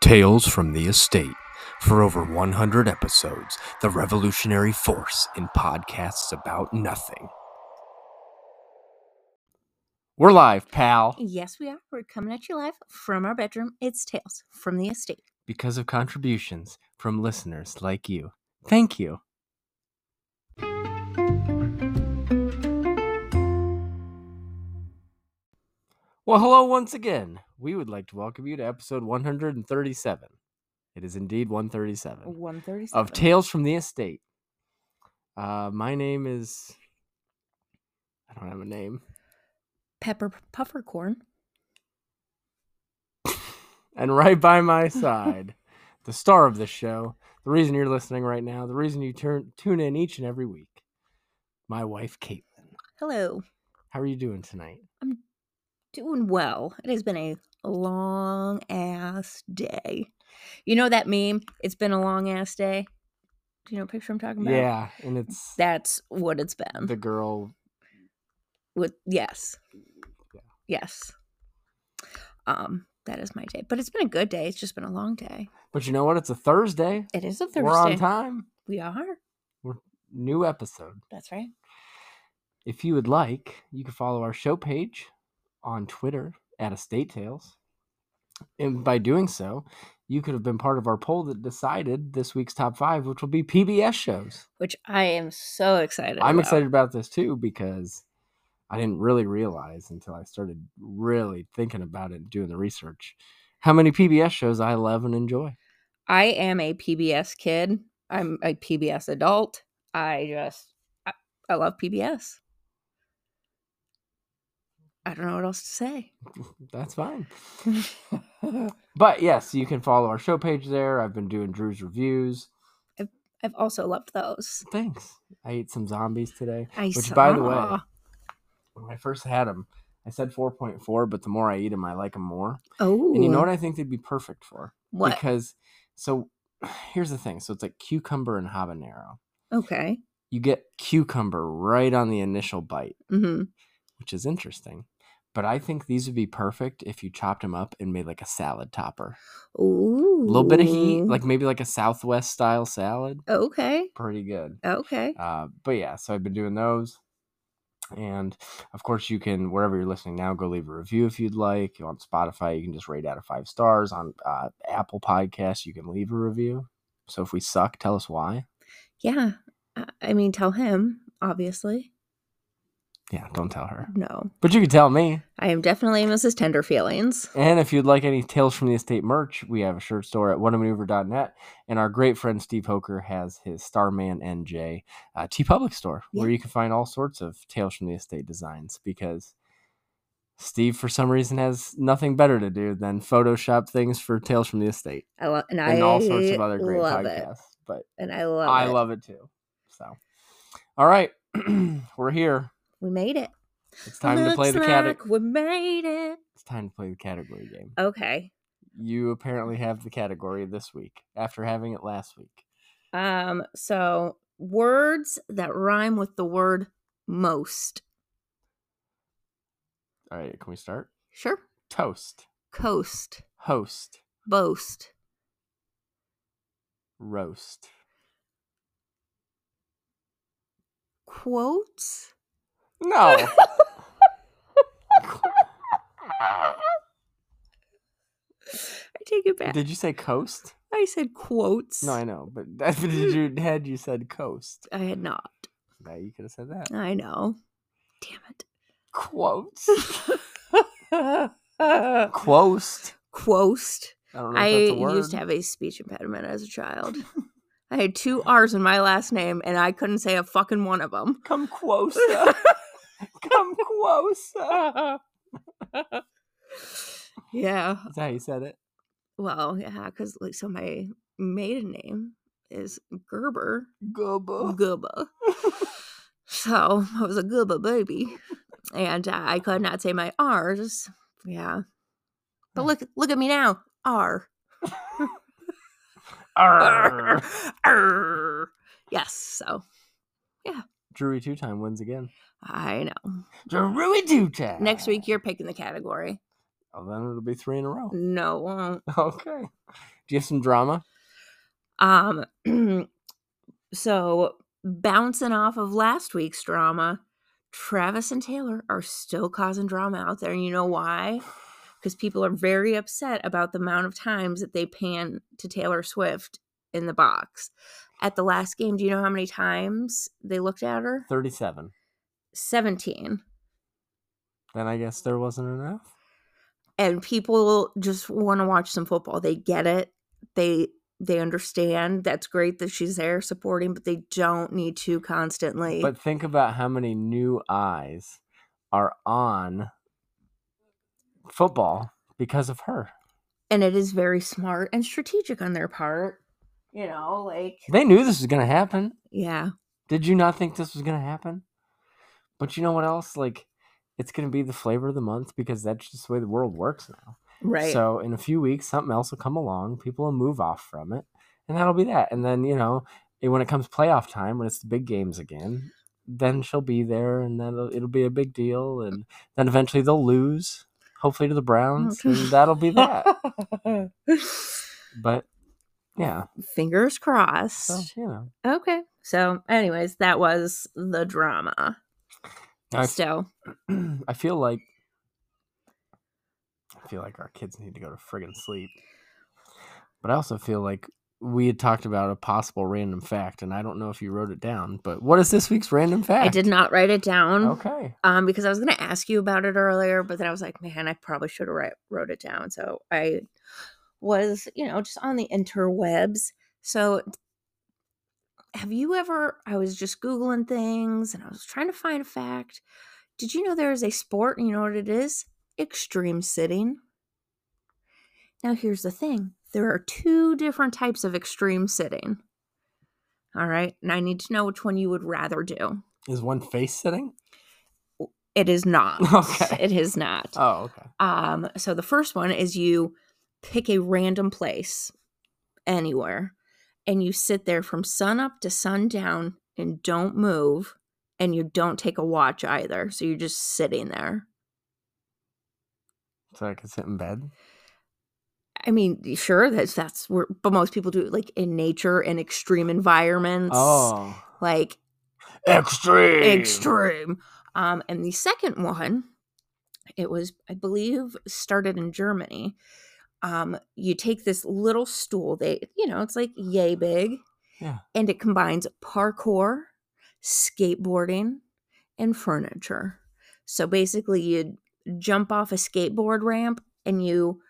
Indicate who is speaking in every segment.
Speaker 1: Tales from the Estate. For over 100 episodes, the revolutionary force in podcasts about nothing. We're live, pal.
Speaker 2: Yes, we are. We're coming at you live from our bedroom. It's Tales from the Estate.
Speaker 1: Because of contributions from listeners like you. Thank you. Well, hello once again. We would like to welcome you to episode 137. It is indeed 137
Speaker 2: One thirty.
Speaker 1: of Tales from the Estate. Uh, my name is. I don't have a name.
Speaker 2: Pepper puffer corn.
Speaker 1: and right by my side, the star of the show, the reason you're listening right now, the reason you turn tune in each and every week, my wife Caitlin.
Speaker 2: Hello.
Speaker 1: How are you doing tonight?
Speaker 2: Doing well. It has been a long ass day. You know that meme? It's been a long ass day. Do you know what picture I'm talking about?
Speaker 1: Yeah, and it's
Speaker 2: That's what it's been.
Speaker 1: the girl.
Speaker 2: With yes.
Speaker 1: Yeah.
Speaker 2: Yes. Um, that is my day. But it's been a good day. It's just been a long day.
Speaker 1: But you know what? It's a Thursday.
Speaker 2: It is a Thursday.
Speaker 1: We're on time.
Speaker 2: We are.
Speaker 1: New episode.
Speaker 2: That's right.
Speaker 1: If you would like, you can follow our show page on Twitter at Estate Tales. And by doing so, you could have been part of our poll that decided this week's top five, which will be PBS shows.
Speaker 2: Which I am so excited.
Speaker 1: I'm
Speaker 2: about.
Speaker 1: excited about this too because I didn't really realize until I started really thinking about it and doing the research how many PBS shows I love and enjoy.
Speaker 2: I am a PBS kid. I'm a PBS adult. I just I, I love PBS. I don't know what else to say.
Speaker 1: That's fine. but yes, you can follow our show page there. I've been doing Drew's reviews.
Speaker 2: I've also loved those.
Speaker 1: Thanks. I ate some zombies today.
Speaker 2: I
Speaker 1: Which,
Speaker 2: saw.
Speaker 1: by the way, When I first had them, I said 4.4, but the more I eat them, I like them more.
Speaker 2: oh,
Speaker 1: And you know what I think they'd be perfect for?
Speaker 2: What?
Speaker 1: Because, so here's the thing. So it's like cucumber and habanero.
Speaker 2: okay.
Speaker 1: you get cucumber right on the initial bite,
Speaker 2: hmm
Speaker 1: which is interesting. But I think these would be perfect if you chopped them up and made like a salad topper.
Speaker 2: Ooh,
Speaker 1: A little bit of heat, like maybe like a Southwest style salad.
Speaker 2: okay,
Speaker 1: Pretty good.
Speaker 2: okay.
Speaker 1: Uh, but yeah, so I've been doing those. And of course, you can, wherever you're listening now, go leave a review if you'd like. On Spotify, you can just rate out of five stars. On uh, Apple Podcasts, you can leave a review. So if we suck, tell us why.
Speaker 2: Yeah, I, I mean, tell him obviously.
Speaker 1: Yeah, don't tell her.
Speaker 2: No,
Speaker 1: But you can tell me.
Speaker 2: I am definitely Mrs. Tender Feelings.
Speaker 1: And if you'd like any Tales from the Estate merch, we have a shirt store at whatamaneuver.net. And our great friend Steve Hoker has his Starman NJ uh, T Public store where
Speaker 2: Yeah.
Speaker 1: you can find all sorts of Tales from the Estate designs because Steve, for some reason, has nothing better to do than Photoshop things for Tales from the Estate
Speaker 2: I love and,
Speaker 1: and
Speaker 2: I
Speaker 1: all sorts of other great
Speaker 2: love
Speaker 1: podcasts.
Speaker 2: It.
Speaker 1: But
Speaker 2: And I love.
Speaker 1: I
Speaker 2: it.
Speaker 1: love it too. So, all right, we're here.
Speaker 2: We made it.
Speaker 1: It's time to play the
Speaker 2: Looks
Speaker 1: cate-
Speaker 2: like we made it.
Speaker 1: It's time to play the category game.
Speaker 2: Okay.
Speaker 1: you apparently have the category this week after having it last week.
Speaker 2: Um. So words that rhyme with the word most.
Speaker 1: All right, can we start?
Speaker 2: Sure.
Speaker 1: Toast,
Speaker 2: Coast.
Speaker 1: host,
Speaker 2: Boast.
Speaker 1: roast,
Speaker 2: Quotes.
Speaker 1: no,
Speaker 2: I take it back.
Speaker 1: did you say coast?
Speaker 2: I said quotes.
Speaker 1: No, I know, but that- but did you had you said coast?
Speaker 2: I had not.
Speaker 1: No, you could have said that.
Speaker 2: I know. Damn it.
Speaker 1: Quotes, quost.
Speaker 2: Quost.
Speaker 1: I don't know
Speaker 2: I
Speaker 1: if that's a word.
Speaker 2: used to have a speech impediment as a child. I had two R's in my last name, and I couldn't say a fucking one of them.
Speaker 1: Come closer. Come closer.
Speaker 2: Yeah.
Speaker 1: Is that how you said it?
Speaker 2: Well, yeah, because like so my maiden name is Gerber
Speaker 1: Gubba.
Speaker 2: Gooba. so I was a Gooba baby, and uh, I could not say my R's. Yeah, but
Speaker 1: Huh.
Speaker 2: look, look at me now, R.
Speaker 1: Arr.
Speaker 2: R. R. Yes. So
Speaker 1: Drury two time wins again.
Speaker 2: I know.
Speaker 1: Drury two time.
Speaker 2: Next week you're picking the category.
Speaker 1: Oh, then it'll be three in a row.
Speaker 2: No, it won't.
Speaker 1: Okay. Do you have some drama?
Speaker 2: Um, so bouncing off of last week's drama, Travis and Taylor are still causing drama out there, and you know why? Because people are very upset about the amount of times that they pan to Taylor Swift in the box. At the last game, do you know how many times they looked at her?
Speaker 1: 37.
Speaker 2: 17.
Speaker 1: Then I guess there wasn't enough.
Speaker 2: And people just want to watch some football. They get it. They they understand that's great that she's there supporting, but they don't need to constantly.
Speaker 1: But think about how many new eyes are on football because of her.
Speaker 2: and it is very smart and strategic on their part. You know, like
Speaker 1: They knew this was going to happen.
Speaker 2: yeah,
Speaker 1: Did you not think this was going to happen? But you know what else? Like, it's going to be the flavor of the month because that's just the way the world works now.
Speaker 2: right.
Speaker 1: So, in a few weeks, something else will come along. People will move off from it, and that'll be that. And then, you know, it, when it comes playoff time, when it's the big games again, then she'll be there and then it'll, it'll be a big deal. And then eventually they'll lose, hopefully to the Browns, and that'll be that. But yeah,
Speaker 2: Fingers crossed.
Speaker 1: so, you know.
Speaker 2: Okay. So, anyways, that was the drama.
Speaker 1: Now I
Speaker 2: So,
Speaker 1: I feel like I feel like our kids need to go to friggin' sleep. But I also feel like we had talked about a possible random fact, and I don't know if you wrote it down. But what is this week's random fact?
Speaker 2: I did not write it down
Speaker 1: Okay.
Speaker 2: um, because I was going to ask you about it earlier, but then I was like, man, I probably should have wrote it down. So I was, you know, just on the interwebs. So have you ever? I was just Googling things and I was trying to find a fact. Did you know there is a sport? and You know what it is? Extreme sitting. Now, here's the thing there are two different types of extreme sitting. All right. And I need to know which one you would rather do.
Speaker 1: Is one face sitting?
Speaker 2: It is not.
Speaker 1: Okay.
Speaker 2: It is not.
Speaker 1: Oh, okay.
Speaker 2: Um, so the first one is you pick a random place anywhere and you sit there from sun up to sundown and don't move and you don't take a watch either. So you're just sitting there.
Speaker 1: So I could sit in bed.
Speaker 2: I mean, sure, that's that's where but most people do it like in nature and extreme environments.
Speaker 1: Oh,
Speaker 2: Like
Speaker 1: extreme.
Speaker 2: extreme. Um, and the second one, it was, I believe, started in Germany. Um, you take this little stool, they, you know, it's like yay big.
Speaker 1: Yeah.
Speaker 2: And it combines parkour, skateboarding, and furniture. So basically, you jump off a skateboard ramp and you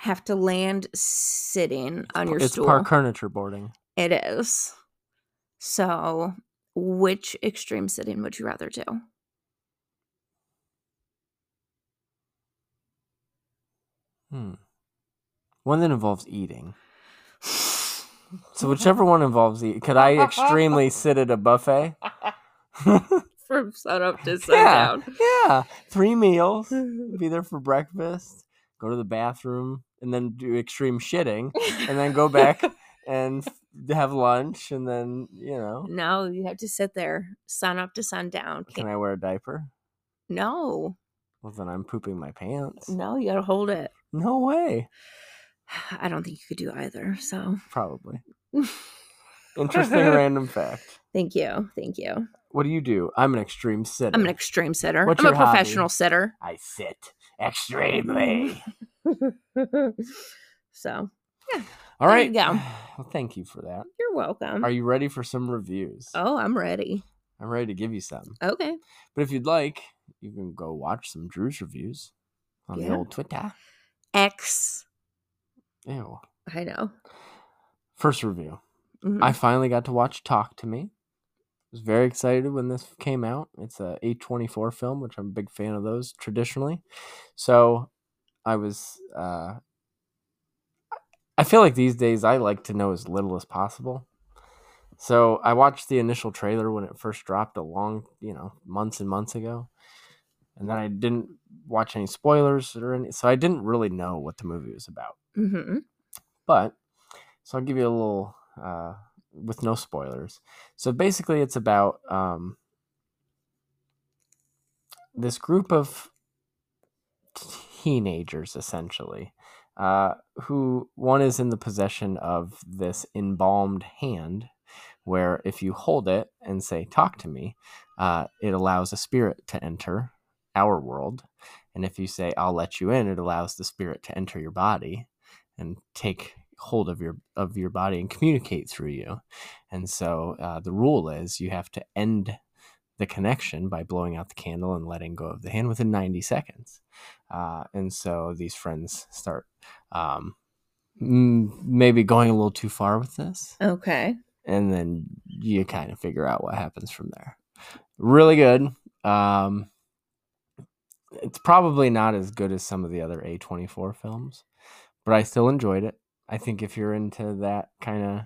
Speaker 2: have to land sitting on your
Speaker 1: It's
Speaker 2: stool.
Speaker 1: park furniture boarding.
Speaker 2: It is. So, which extreme sitting would you rather do?
Speaker 1: Hmm. One that involves eating. So whichever one involves eating, could I extremely sit at a buffet?
Speaker 2: From sun up to
Speaker 1: yeah,
Speaker 2: sundown.
Speaker 1: yeah. Three meals. Be there for breakfast. Go to the bathroom and then do extreme shitting, and then go back and f- have lunch, and then you know,
Speaker 2: No, you have to sit there, sun up to sundown.
Speaker 1: can
Speaker 2: Can't,
Speaker 1: I wear a diaper?
Speaker 2: no,
Speaker 1: Well, then I'm pooping my pants.
Speaker 2: no, you gotta hold it.
Speaker 1: No way.
Speaker 2: I don't think you could do either. So,
Speaker 1: Probably. Interesting random fact.
Speaker 2: thank you, thank you.
Speaker 1: What do you do? I'm an extreme sitter.
Speaker 2: I'm an extreme sitter.
Speaker 1: What's
Speaker 2: I'm a
Speaker 1: your hobby?
Speaker 2: professional sitter.
Speaker 1: I sit extremely.
Speaker 2: so,
Speaker 1: All
Speaker 2: There you
Speaker 1: right.
Speaker 2: go.
Speaker 1: Well, thank you for that.
Speaker 2: you're welcome.
Speaker 1: Are you ready for some reviews?
Speaker 2: oh, I'm ready.
Speaker 1: I'm ready to give you some.
Speaker 2: Okay.
Speaker 1: But if you'd like, you can go watch some Drew's reviews on
Speaker 2: Yeah.
Speaker 1: the old Twitter.
Speaker 2: X.
Speaker 1: Ew.
Speaker 2: I know.
Speaker 1: First review.
Speaker 2: Mhm.
Speaker 1: I finally got to watch Talk to Me. was very excited when this came out. It's a A24 film, which I'm a big fan of those traditionally. So I was uh I feel like these days I like to know as little as possible. So I watched the initial trailer when it first dropped a long, you know, months and months ago. And then I didn't watch any spoilers or any so I didn't really know what the movie was about.
Speaker 2: Mhm.
Speaker 1: But so I'll give you a little uh, with no spoilers. So basically, it's about um, this group of teenagers, essentially, uh, who one is in the possession of this embalmed hand, where if you hold it and say, Talk to me, uh, it allows a spirit to enter our world. And if you say, I'll let you in, it allows the spirit to enter your body and take hold of your of your body and communicate through you. And so uh, the rule is you have to end the connection by blowing out the candle and letting go of the hand within 90 seconds. Uh, and so these friends start um, m- maybe going a little too far with this.
Speaker 2: Okay.
Speaker 1: And then you kind of figure out what happens from there. Really good. Um, it's probably not as good as some of the other A24 films, but I still enjoyed it. I think if you're into that kind of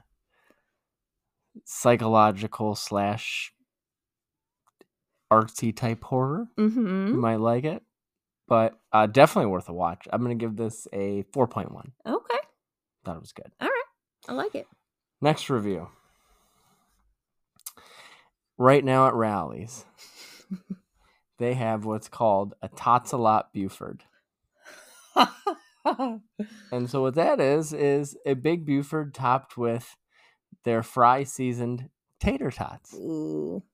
Speaker 1: psychological slash artsy type horror, you
Speaker 2: Mm-hmm.
Speaker 1: might like it. But uh, definitely worth a watch. I'm going to give this a 4.1.
Speaker 2: Okay.
Speaker 1: Thought it was good.
Speaker 2: I like it.
Speaker 1: Next review. Right now at rallies, they have what's called a Totsalot Buford. And so what that is is a big Buford topped with their fry seasoned tater tots.
Speaker 2: Ooh.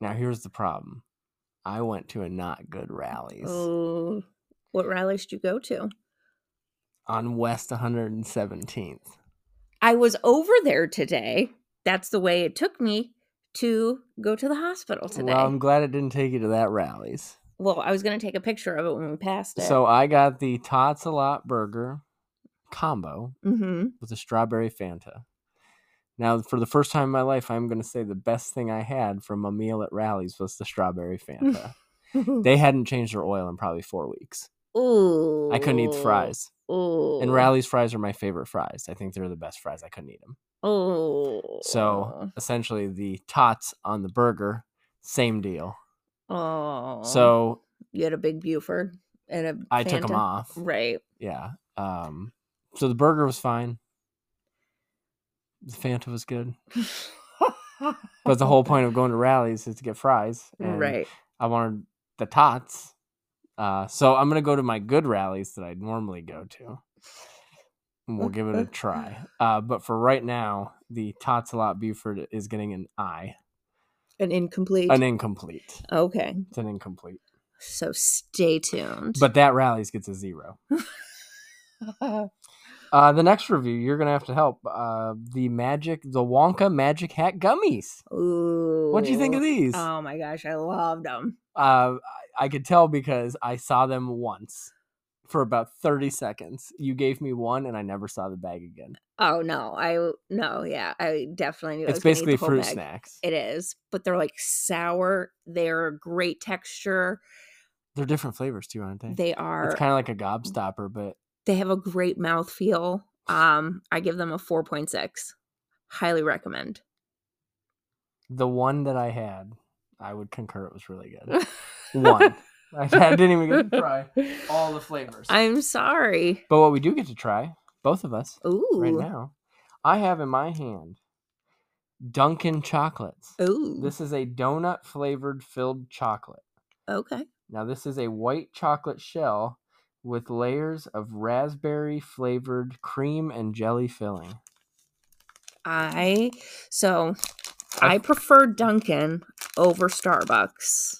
Speaker 1: Now here's the problem. I went to a not good rallies
Speaker 2: Ooh. What rallies did you go to?
Speaker 1: on West 117th.
Speaker 2: I was over there today. That's the way it took me to go to the hospital today.
Speaker 1: Well, I'm glad it didn't take you to that rallies.
Speaker 2: Well, I was going to take a picture of it when we passed it.
Speaker 1: So I got the Tots a Lot burger combo
Speaker 2: mm-hmm.
Speaker 1: with a strawberry Fanta. Now, for the first time in my life, I'm going to say the best thing I had from a meal at rallies was the strawberry Fanta. they hadn't changed their oil in probably four weeks.
Speaker 2: Ooh.
Speaker 1: I couldn't eat the fries.
Speaker 2: Ooh.
Speaker 1: And Rally's fries are my favorite fries. I think they're the best fries. I couldn't eat them.
Speaker 2: Ooh.
Speaker 1: So essentially, the tots on the burger, same deal.
Speaker 2: Oh.
Speaker 1: So
Speaker 2: you had a big Buford and a
Speaker 1: I took them
Speaker 2: Fanta.
Speaker 1: off.
Speaker 2: Right.
Speaker 1: Yeah. Um, so the burger was fine. The Fanta was good. But the whole point of going to rallies is to get fries. And
Speaker 2: right.
Speaker 1: I wanted the tots. Uh, so I'm going to go to my good rallies that I normally go to. And we'll give it a try. Uh, but for right now, the Tots a Lot Buford is getting an I,
Speaker 2: An incomplete.
Speaker 1: an incomplete.
Speaker 2: okay.
Speaker 1: It's an incomplete.
Speaker 2: So stay tuned.
Speaker 1: But that rallies gets a zero. Uh, the next review, you're going to have to help. Uh, the Magic, the Wonka Magic Hat Gummies.
Speaker 2: Ooh.
Speaker 1: What do you think of these?
Speaker 2: Oh my gosh, I loved them.
Speaker 1: uh, I I could tell because I saw them once for about 30 seconds. You gave me one and I never saw the bag again.
Speaker 2: Oh no, I no, yeah, I definitely knew. I
Speaker 1: It's
Speaker 2: was gonna eat the
Speaker 1: basically
Speaker 2: whole
Speaker 1: fruit
Speaker 2: bag.
Speaker 1: snacks.
Speaker 2: It is, but they're like sour. They're great texture.
Speaker 1: They're different flavors too, aren't they?
Speaker 2: They are.
Speaker 1: Mm,
Speaker 2: Mm.
Speaker 1: it's kind of like a gobstopper, but
Speaker 2: they have a great mouthfeel. Um, I give them a four point six. Highly recommend.
Speaker 1: the one that I had, I would concur it was really good. one. I didn't even get to try all the flavors.
Speaker 2: I'm sorry.
Speaker 1: but what we do get to try, both of us,
Speaker 2: Ooh.
Speaker 1: right now, I have in my hand Dunkin' Chocolates.
Speaker 2: Ooh.
Speaker 1: This is a donut flavored filled chocolate.
Speaker 2: okay.
Speaker 1: Now, this is a white chocolate shell with layers of raspberry flavored cream and jelly filling.
Speaker 2: I so
Speaker 1: I-
Speaker 2: I prefer Dunkin' over Starbucks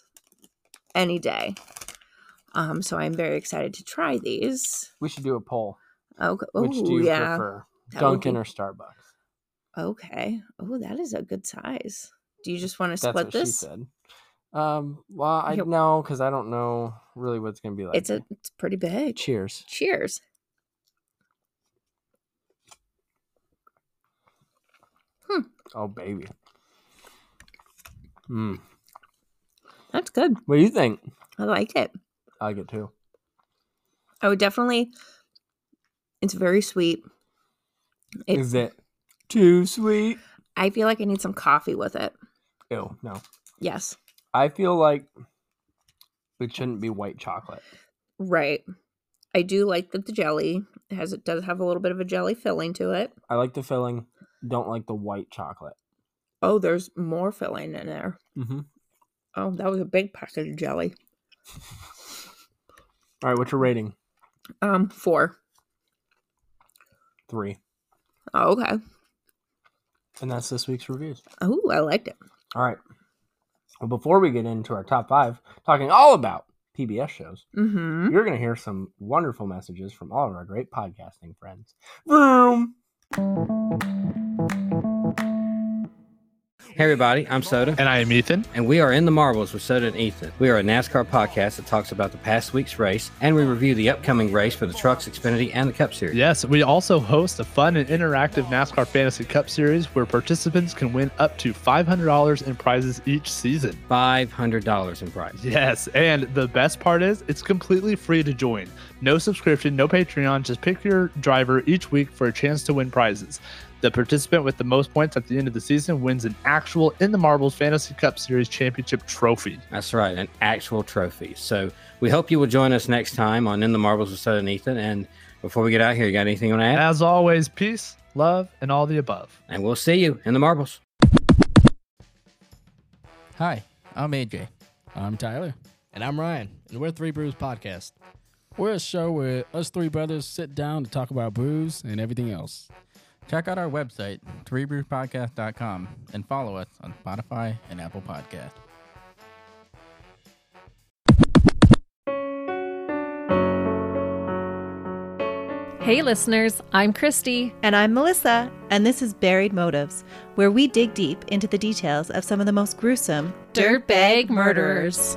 Speaker 2: any day. Um, so I'm very excited to try these.
Speaker 1: We should do a poll.
Speaker 2: Okay.
Speaker 1: Which do
Speaker 2: Oh
Speaker 1: you
Speaker 2: yeah.
Speaker 1: prefer,
Speaker 2: That would
Speaker 1: Dunkin'
Speaker 2: be-
Speaker 1: or Starbucks?
Speaker 2: Okay. Oh, that is a good size. Do you just want to
Speaker 1: That's
Speaker 2: split
Speaker 1: what she
Speaker 2: this?
Speaker 1: said. Um, well, I
Speaker 2: Yep.
Speaker 1: know because I don't know really what it's gonna be like.
Speaker 2: It's a it's pretty big.
Speaker 1: cheers.
Speaker 2: Cheers.
Speaker 1: Oh baby. Hmm.
Speaker 2: That's good.
Speaker 1: What do you think?
Speaker 2: I like it.
Speaker 1: I like it too.
Speaker 2: I would definitely. It's very sweet. It-
Speaker 1: Is it too sweet?
Speaker 2: I feel like I need some coffee with it.
Speaker 1: Ew, no.
Speaker 2: Yes.
Speaker 1: I feel like it shouldn't be white chocolate.
Speaker 2: Right. I do like that the jelly has it does have a little bit of a jelly filling to it.
Speaker 1: I like the filling. Don't like the white chocolate.
Speaker 2: Oh, there's more filling in there.
Speaker 1: Mm-hmm.
Speaker 2: Oh, that was a big packet of jelly.
Speaker 1: All right, what's your rating?
Speaker 2: Um, four.
Speaker 1: Three.
Speaker 2: Oh, okay.
Speaker 1: And that's this week's reviews.
Speaker 2: Oh, I liked it.
Speaker 1: All right. Well, before we get into our top five, talking all about PBS shows,
Speaker 2: Mm-hmm.
Speaker 1: you're going to hear some wonderful messages from all of our great podcasting friends. Vroom.
Speaker 3: Hey everybody, I'm Soda,
Speaker 4: And I am Ethan.
Speaker 3: and we are in the marbles with Soda and Ethan. We are a NASCAR podcast that talks about the past week's race, and we review the upcoming race for the Trucks, Xfinity, and the Cup Series.
Speaker 4: Yes, we also host a fun and interactive NASCAR Fantasy Cup Series where participants can win up to $500 in prizes each season.
Speaker 3: Five hundred dollars in prize.
Speaker 4: Yes, and the best part is it's completely free to join. No subscription, no Patreon, just pick your driver each week for a chance to win prizes. The participant with the most points at the end of the season wins an actual In the Marbles Fantasy Cup Series championship trophy.
Speaker 3: That's right, an actual trophy. So we hope you will join us next time on In the Marbles with Soda and Ethan. And before we get out here, you got anything you want to add?
Speaker 4: As always, peace, love, and all the above.
Speaker 3: And we'll see you in the marbles.
Speaker 5: Hi, I'm AJ. I'm Tyler. And I'm Ryan, and we're Three Brews Podcast. We're a show where us three brothers sit down to talk about brews and everything else. Check out our website, threebrewspodcast.com, and follow us on Spotify and Apple Podcasts.
Speaker 6: Hey, listeners, I'm Christy.
Speaker 7: And I'm Melissa, and this is Buried Motives, where we dig deep into the details of some of the most gruesome
Speaker 6: Dirtbag Murderers.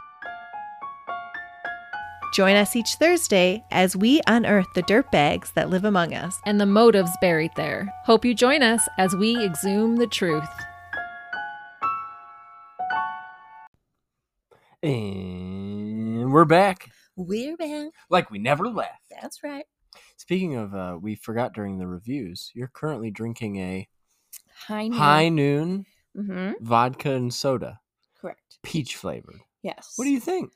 Speaker 7: Join us each Thursday as we unearth the dirtbags that live among us.
Speaker 6: and the motives buried there. Hope you join us as we exhume the truth.
Speaker 1: And we're back
Speaker 2: We're back.
Speaker 1: like we never left.
Speaker 2: That's right.
Speaker 1: Speaking of, uh, we forgot during the reviews, you're currently drinking a
Speaker 2: High noon.
Speaker 1: high noon
Speaker 2: Mm-hmm.
Speaker 1: vodka and soda,
Speaker 2: Correct.
Speaker 1: peach flavored.
Speaker 2: Yes.
Speaker 1: What do you think?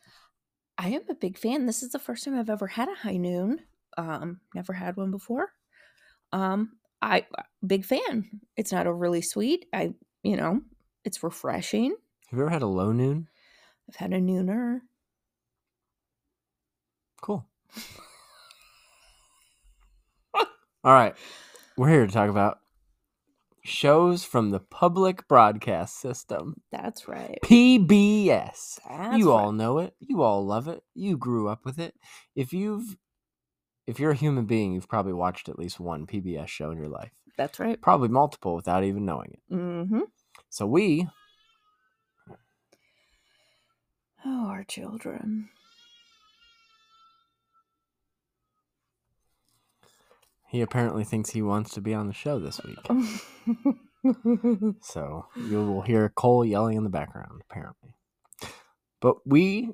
Speaker 2: I am a big fan. This is the first time I've ever had a high noon. Um, never had one before. Um, I big fan. It's not overly sweet. I, you know, it's refreshing.
Speaker 1: Have you ever had a low noon?
Speaker 2: I've had a nooner.
Speaker 1: Cool. All right. We're here to talk about shows from the public broadcast system,
Speaker 2: That's right.
Speaker 1: PBS.
Speaker 2: That's
Speaker 1: you
Speaker 2: right.
Speaker 1: all know it. You all love it. You grew up with it. If you've if you're a human being, you've probably watched at least one PBS show in your life.
Speaker 2: That's right.
Speaker 1: Probably multiple without even knowing it.
Speaker 2: Mm-hmm.
Speaker 1: So we
Speaker 2: Oh, our children.
Speaker 1: he apparently thinks he wants to be on the show this week. So you will hear Cole yelling in the background, apparently. But we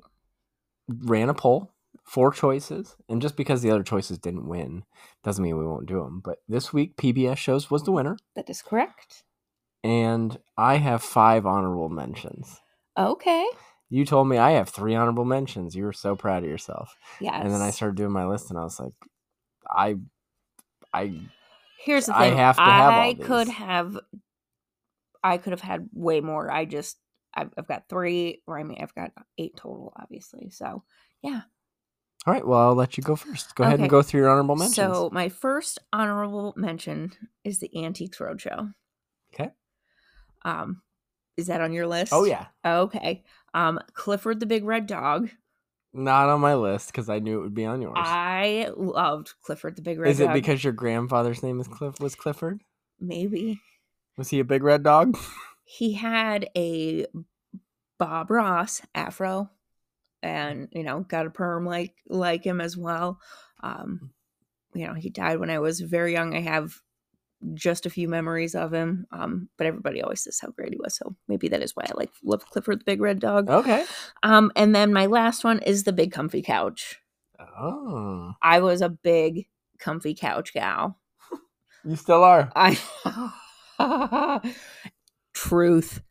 Speaker 1: ran a poll, four choices, and just because the other choices didn't win doesn't mean we won't do them. But this week, PBS shows was the winner,
Speaker 2: that is correct.
Speaker 1: and I have five honorable mentions.
Speaker 2: Okay.
Speaker 1: You told me I have three honorable mentions. You were so proud of yourself,
Speaker 2: Yes.
Speaker 1: and then I started doing my list, and I was like, I, I
Speaker 2: Here's the
Speaker 1: I
Speaker 2: thing.
Speaker 1: have to have all
Speaker 2: I could
Speaker 1: these.
Speaker 2: have I could have had way more. I just I've, I've got three, or I mean, I've got eight total, obviously. So,
Speaker 1: all right. Well, I'll let you go first. Go ahead and
Speaker 2: Okay.
Speaker 1: go through your honorable mentions.
Speaker 2: so my first honorable mention is the Antiques Roadshow.
Speaker 1: Okay.
Speaker 2: Um, is that on your list?
Speaker 1: oh yeah,
Speaker 2: Okay. Um, Clifford the Big Red Dog.
Speaker 1: not on my list because I knew it would be on yours.
Speaker 2: I loved Clifford the Big Red
Speaker 1: is
Speaker 2: Dog.
Speaker 1: it because your grandfather's name is Cliff was Clifford?
Speaker 2: maybe
Speaker 1: Was he a big red dog?
Speaker 2: he had a Bob Ross afro and you know got a perm like like him as well um you know he died when I was very young I have just a few memories of him. Um, but everybody always says how great he was. So maybe that is why I like love Clifford the Big Red Dog.
Speaker 1: Okay.
Speaker 2: Um, and then my last one is the big comfy couch.
Speaker 1: Oh,
Speaker 2: I was a big comfy couch gal.
Speaker 1: you still are.
Speaker 2: I truth.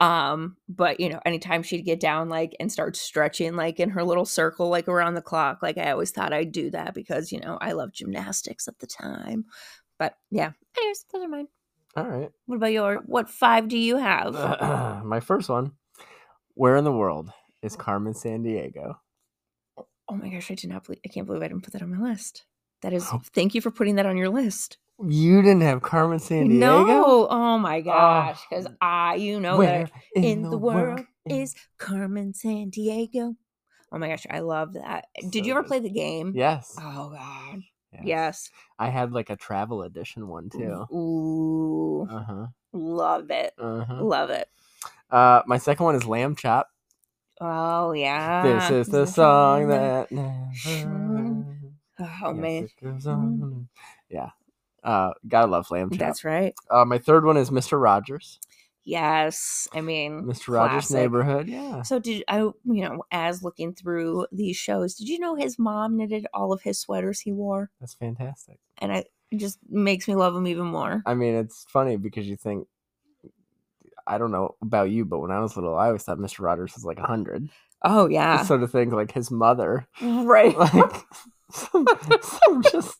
Speaker 2: Um, but you know, anytime she'd get down like and start stretching like in her little circle, like around the clock, like I always thought I'd do that because you know I loved gymnastics at the time. But yeah. Anyways, those are mine.
Speaker 1: All right.
Speaker 2: What about your what five do you have?
Speaker 1: My first one. Where in the world is Carmen San Diego?
Speaker 2: Oh my gosh, I did not believe I can't believe I didn't put that on my list. That is thank you for putting that on your list.
Speaker 1: You didn't have Carmen San Diego. Ah.
Speaker 2: No, oh my gosh, because I, you know, that I-
Speaker 1: Where
Speaker 2: in, the, world, is Carmen San Diego. Oh my gosh, I love that. Did you
Speaker 1: So
Speaker 2: ever
Speaker 1: good.
Speaker 2: play the game?
Speaker 1: Yes.
Speaker 2: Oh god.
Speaker 1: yes.
Speaker 2: Yes.
Speaker 1: I had like a travel edition one too.
Speaker 2: Ooh.
Speaker 1: Uh huh.
Speaker 2: Love it.
Speaker 1: Uh huh.
Speaker 2: Love it.
Speaker 1: Uh, my second one is lamb chop.
Speaker 2: Oh yeah.
Speaker 1: This is the song that. never
Speaker 2: Sure.
Speaker 1: ends.
Speaker 2: Oh
Speaker 1: Yes,
Speaker 2: man. Mm-hmm.
Speaker 1: it goes on. Yeah. Uh, gotta love lamb chop.
Speaker 2: That's right.
Speaker 1: Uh, my third one is Mr. Rogers.
Speaker 2: Yes. I mean
Speaker 1: Mr. Rogers'
Speaker 2: Mm, classic.
Speaker 1: neighborhood. Yeah.
Speaker 2: So did I you know, as looking through these shows, did you know his mom knitted all of his sweaters he wore?
Speaker 1: That's fantastic.
Speaker 2: And I it just makes me love him even more.
Speaker 1: I mean, it's funny because you think, I don't know about you, but when I was little, I always thought Mr. Rogers was like 100.
Speaker 2: Oh yeah.
Speaker 1: Sort of thing like his mother.
Speaker 2: right.
Speaker 1: Like, some, some just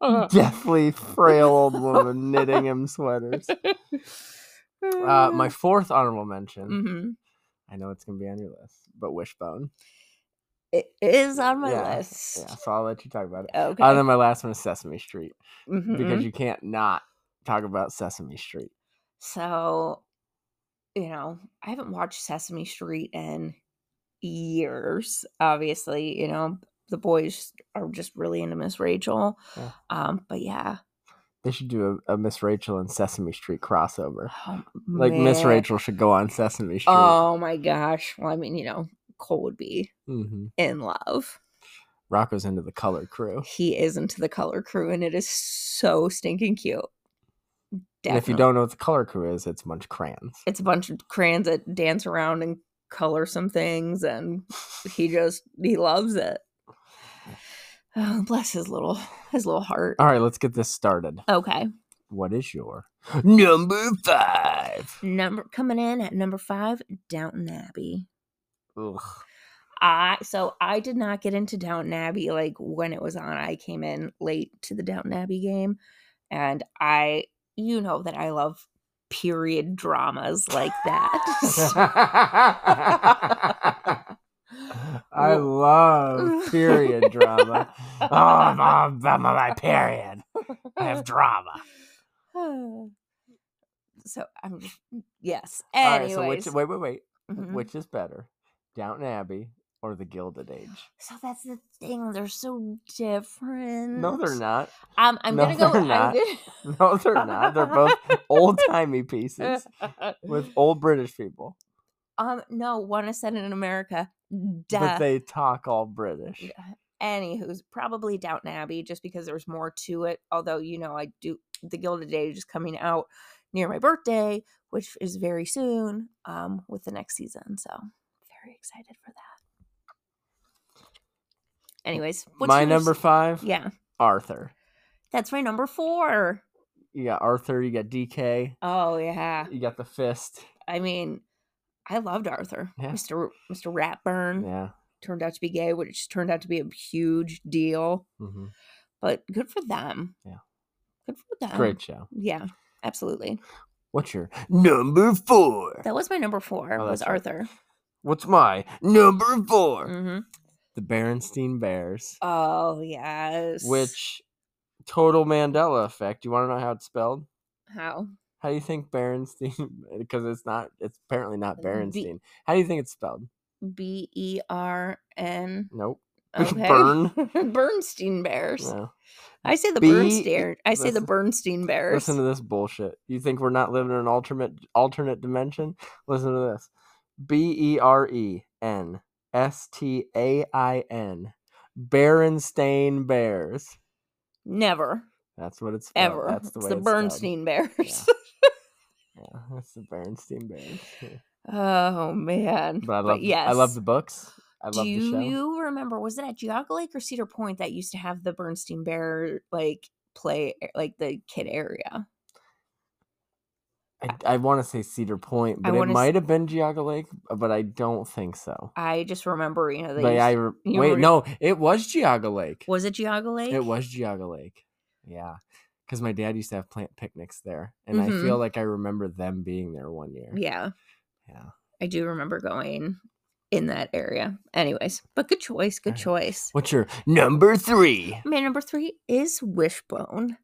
Speaker 2: Uh-huh.
Speaker 1: deathly frail old woman knitting him sweaters. Uh, my fourth honorable mention,
Speaker 2: hmm
Speaker 1: I know it's going to be on your list, but Wishbone.
Speaker 2: It is on my
Speaker 1: Yeah,
Speaker 2: list.
Speaker 1: Yeah, so I'll let you talk about it.
Speaker 2: Okay.
Speaker 1: And then my last one is Sesame Street
Speaker 2: Mhm.
Speaker 1: because you can't not talk about Sesame Street.
Speaker 2: so, you know, I haven't watched Sesame Street in years. Obviously, you know, the boys are just really into Miss Rachel.
Speaker 1: Yeah.
Speaker 2: Um, but yeah,
Speaker 1: They should do a, a Miss Rachel and Sesame Street crossover.
Speaker 2: oh,
Speaker 1: Like Miss
Speaker 2: man.
Speaker 1: Rachel should go on Sesame Street.
Speaker 2: Oh my gosh. Well, I mean, you know, Cole would be
Speaker 1: hmm
Speaker 2: in love.
Speaker 1: Rocco's into the color crew.
Speaker 2: He is into the color crew, and it is so stinking cute.
Speaker 1: And if you don't know what the color crew is, it's Munch Crayons.
Speaker 2: it's a bunch of crayons that dance around and color some things and he just he loves it oh, bless his little his little heart
Speaker 1: All right, let's get this started.
Speaker 2: okay
Speaker 1: What is your number five?
Speaker 2: number coming in at number five downton abbey
Speaker 1: Ugh.
Speaker 2: i so i did not get into downton abbey like when it was on i came in late to the downton abbey game and i you know that i love period dramas like that
Speaker 1: I love period drama. Oh, I'm, I'm, I'm on my period. I have drama.
Speaker 2: so I'm just mm, yes.
Speaker 1: All right,
Speaker 2: Anyways,
Speaker 1: so which, wait, wait, wait.
Speaker 2: Mhm.
Speaker 1: Which is better, Downton Abbey or the Gilded Age?
Speaker 2: so that's the thing. They're so different.
Speaker 1: No, they're not.
Speaker 2: Um, I'm
Speaker 1: No,
Speaker 2: gonna go.
Speaker 1: they're
Speaker 2: I'm
Speaker 1: not.
Speaker 2: gonna-
Speaker 1: No, they're not. They're both old timey pieces with old British people,
Speaker 2: um, no, one is set in America.
Speaker 1: but
Speaker 2: Duh.
Speaker 1: they talk all British.
Speaker 2: Anywho's uh, probably Downton Abbey, just because there's more to it. Although you know, I do the Gilded Age is coming out near my birthday, which is very soon. Um, with the next season, so very excited for that. Anyways, what's
Speaker 1: My
Speaker 2: yours?
Speaker 1: number five,
Speaker 2: Yeah,
Speaker 1: Arthur.
Speaker 2: that's my number four.
Speaker 1: You got Arthur. You got DK.
Speaker 2: Oh yeah,
Speaker 1: You got the fist.
Speaker 2: I mean, I loved Arthur,
Speaker 1: Yeah.
Speaker 2: Mr. Mr. Ratburn
Speaker 1: Yeah.
Speaker 2: turned out to be gay, which turned out to be a huge deal.
Speaker 1: hmm
Speaker 2: But good for them.
Speaker 1: Yeah.
Speaker 2: good for them.
Speaker 1: Great show.
Speaker 2: Yeah, absolutely.
Speaker 1: What's your number four?
Speaker 2: That was my number four.
Speaker 1: Oh,
Speaker 2: was
Speaker 1: that's right.
Speaker 2: Arthur.
Speaker 1: What's my number 4
Speaker 2: hmm
Speaker 1: The Berenstein Bears,
Speaker 2: Oh yes.
Speaker 1: which total Mandela effect. You want to know how it's spelled?
Speaker 2: how?
Speaker 1: How do you think Berenstein? Because it's not. It's apparently not
Speaker 2: B-
Speaker 1: Berenstein. How do you think it's spelled?
Speaker 2: B E R N.
Speaker 1: Nope.
Speaker 2: Okay.
Speaker 1: Burn.
Speaker 2: Bernstein Bears.
Speaker 1: No.
Speaker 2: I say the
Speaker 1: B- E
Speaker 2: Bernstein. I say the
Speaker 1: listen-
Speaker 2: Bernstein Bears.
Speaker 1: Listen to this bullshit. You think we're not living in an alternate alternate dimension? Listen to this. B E R E N S T A I N. Berenstain Bears.
Speaker 2: Never.
Speaker 1: That's what it's spelled.
Speaker 2: ever.
Speaker 1: Oh, That's the
Speaker 2: it's
Speaker 1: way
Speaker 2: the
Speaker 1: it's spelled.
Speaker 2: Bernstein Bears.
Speaker 1: Yeah, that's the Bernstein Bears. Yeah.
Speaker 2: oh man.
Speaker 1: But I love, yes. I love the books. I love
Speaker 2: Do
Speaker 1: the show.
Speaker 2: you remember? Was it at Geauga Lake or Cedar Point that used to have the Bernstein Bear like play like the kid area?
Speaker 1: I, I want to say Cedar Point,
Speaker 2: I
Speaker 1: but it
Speaker 2: wanna s-
Speaker 1: might have been Geauga Lake, uh, but I don't think so.
Speaker 2: I just remember, you know, they
Speaker 1: But
Speaker 2: used-
Speaker 1: I re-
Speaker 2: you
Speaker 1: wait,
Speaker 2: were-
Speaker 1: no, it was Geauga Lake.
Speaker 2: was it Geauga Lake?
Speaker 1: It was Geauga Lake. Yeah. Because my dad used to have plant picnics there. And I feel
Speaker 2: Mhm.
Speaker 1: like I remember them being there one year.
Speaker 2: Yeah,
Speaker 1: Yeah.
Speaker 2: I do remember going in that area. Anyways, but good choice, good
Speaker 1: Alright.
Speaker 2: choice.
Speaker 1: What's your number three?
Speaker 2: My number three is Wishbone.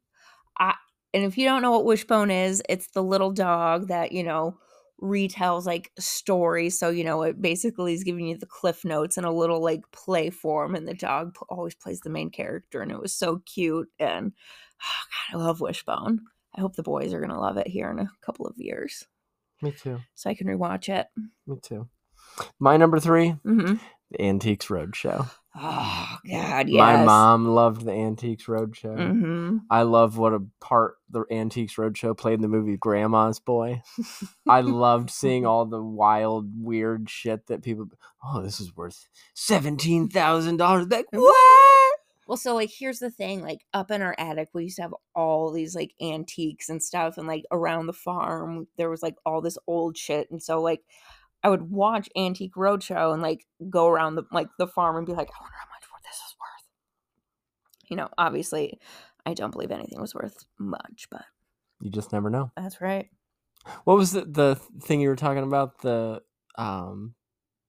Speaker 2: I, and if you don't know what Wishbone is, it's the little dog that, you know, retells like stories. So, you know, it basically is giving you the cliff notes in a little like play form. And the dog p- always plays the main character. And it was so cute. And oh, God, I love Wishbone. I hope the boys are going to love it here in a couple of years
Speaker 1: Me too.
Speaker 2: so I can rewatch it.
Speaker 1: Me too. My number three,
Speaker 2: hmm
Speaker 1: the Antiques Roadshow.
Speaker 2: Oh, God. Yes.
Speaker 1: My mom loved the Antiques Roadshow.
Speaker 2: hmm
Speaker 1: I love what a part the Antiques Roadshow played in the movie Grandma's Boy. I loved seeing all the wild, weird shit that people. Oh, this is worth seventeen thousand dollars. Like what?
Speaker 2: Well, so like here's the thing, like up in our attic, we used to have all these like antiques and stuff, and like around the farm, there was like all this old shit. And so like I would watch Antique Roadshow and like go around the like the farm and be like, I wonder how much this is worth. You know, obviously I don't believe anything was worth much, but
Speaker 1: You just never know.
Speaker 2: that's right.
Speaker 1: What was the, the thing you were talking about? The um,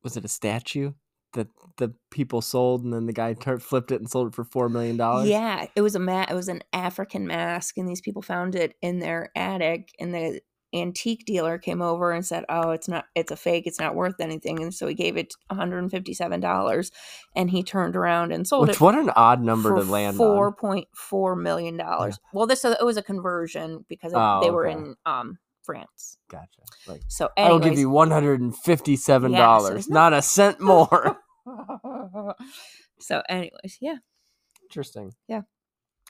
Speaker 1: was it a statue that the people sold, and then the guy tur flipped it and sold it for four million dollars?
Speaker 2: Yeah, it was a ma- it was an African mask, and these people found it in their attic, and the antique dealer came over and said, "Oh, it's not, it's a fake, it's not worth anything," and so he gave it one hundred and fifty seven dollars, and he turned around and sold
Speaker 1: Which
Speaker 2: it.
Speaker 1: what an odd number to
Speaker 2: for
Speaker 1: land
Speaker 2: Four
Speaker 1: on.
Speaker 2: point four million dollars. Well, this so it was a conversion because I-
Speaker 1: Oh,
Speaker 2: they were
Speaker 1: okay.
Speaker 2: in um France.
Speaker 1: Gotcha. Like
Speaker 2: So
Speaker 1: I will
Speaker 2: anyways,
Speaker 1: give you one hundred and fifty-seven
Speaker 2: Yeah,
Speaker 1: dollars,
Speaker 2: so it's
Speaker 1: not
Speaker 2: not-
Speaker 1: a cent more.
Speaker 2: so anyways, yeah,
Speaker 1: Interesting.
Speaker 2: Yeah.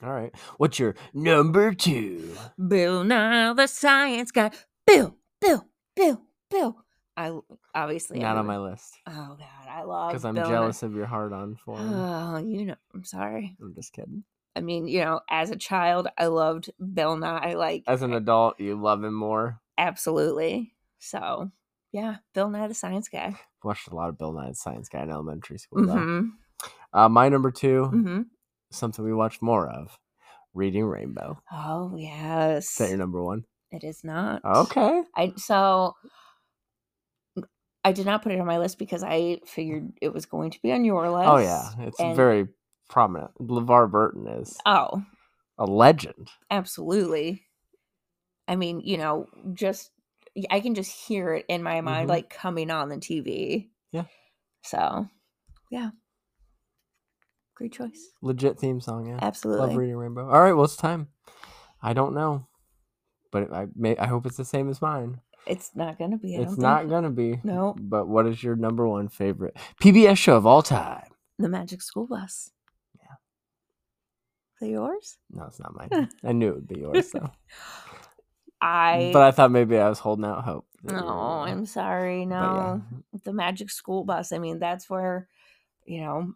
Speaker 1: All right. What's your number two?
Speaker 2: Bill Nye the Science Guy. Bill, Bill, Bill, Bill. I l- obviously
Speaker 1: Not on
Speaker 2: everyone-
Speaker 1: my list
Speaker 2: Oh God, I love
Speaker 1: because I'm
Speaker 2: Bill Nye.
Speaker 1: jealous of your hard on for him.
Speaker 2: Oh, you know, I'm sorry.
Speaker 1: I'm just kidding.
Speaker 2: I mean, you know, as a child, I loved Bill Nye, like
Speaker 1: As an adult, you love him more.
Speaker 2: absolutely. So, yeah, Bill Nye the Science Guy.
Speaker 1: Watched a lot of Bill Nye the Science Guy in elementary school. though.
Speaker 2: Mm-hmm.
Speaker 1: Uh, my number 2
Speaker 2: Mm-hmm.
Speaker 1: something we watch more of, Reading Rainbow.
Speaker 2: Oh yes,
Speaker 1: Is that your number one?
Speaker 2: it is not
Speaker 1: Okay.
Speaker 2: I so I did not put it on my list because I figured it was going to be on your list.
Speaker 1: Oh yeah, it's
Speaker 2: and-
Speaker 1: very prominent. LeVar Burton is
Speaker 2: Oh,
Speaker 1: a legend.
Speaker 2: absolutely. I mean, you know, just y- I can just hear it in my mind,
Speaker 1: Mhm.
Speaker 2: like coming on the TV.
Speaker 1: Yeah.
Speaker 2: So, yeah, great choice.
Speaker 1: Legit theme song. Yeah. Love
Speaker 2: Absolutely.
Speaker 1: Reading Rainbow. All right, what's time? I don't know, but I may, I hope it's the same as mine.
Speaker 2: It's not gonna be. I
Speaker 1: it's
Speaker 2: don't
Speaker 1: not
Speaker 2: think.
Speaker 1: gonna be.
Speaker 2: Nope.
Speaker 1: But what is your number one favorite PBS show of all time?
Speaker 2: the Magic School Bus.
Speaker 1: Yeah.
Speaker 2: Is it yours?
Speaker 1: No, it's not mine. I knew it would be yours though.
Speaker 2: I.
Speaker 1: but I thought maybe I was holding out hope. that you were
Speaker 2: Oh,
Speaker 1: gonna-
Speaker 2: I'm sorry.
Speaker 1: but
Speaker 2: No.
Speaker 1: yeah.
Speaker 2: the magic school bus. I mean, that's where, you know,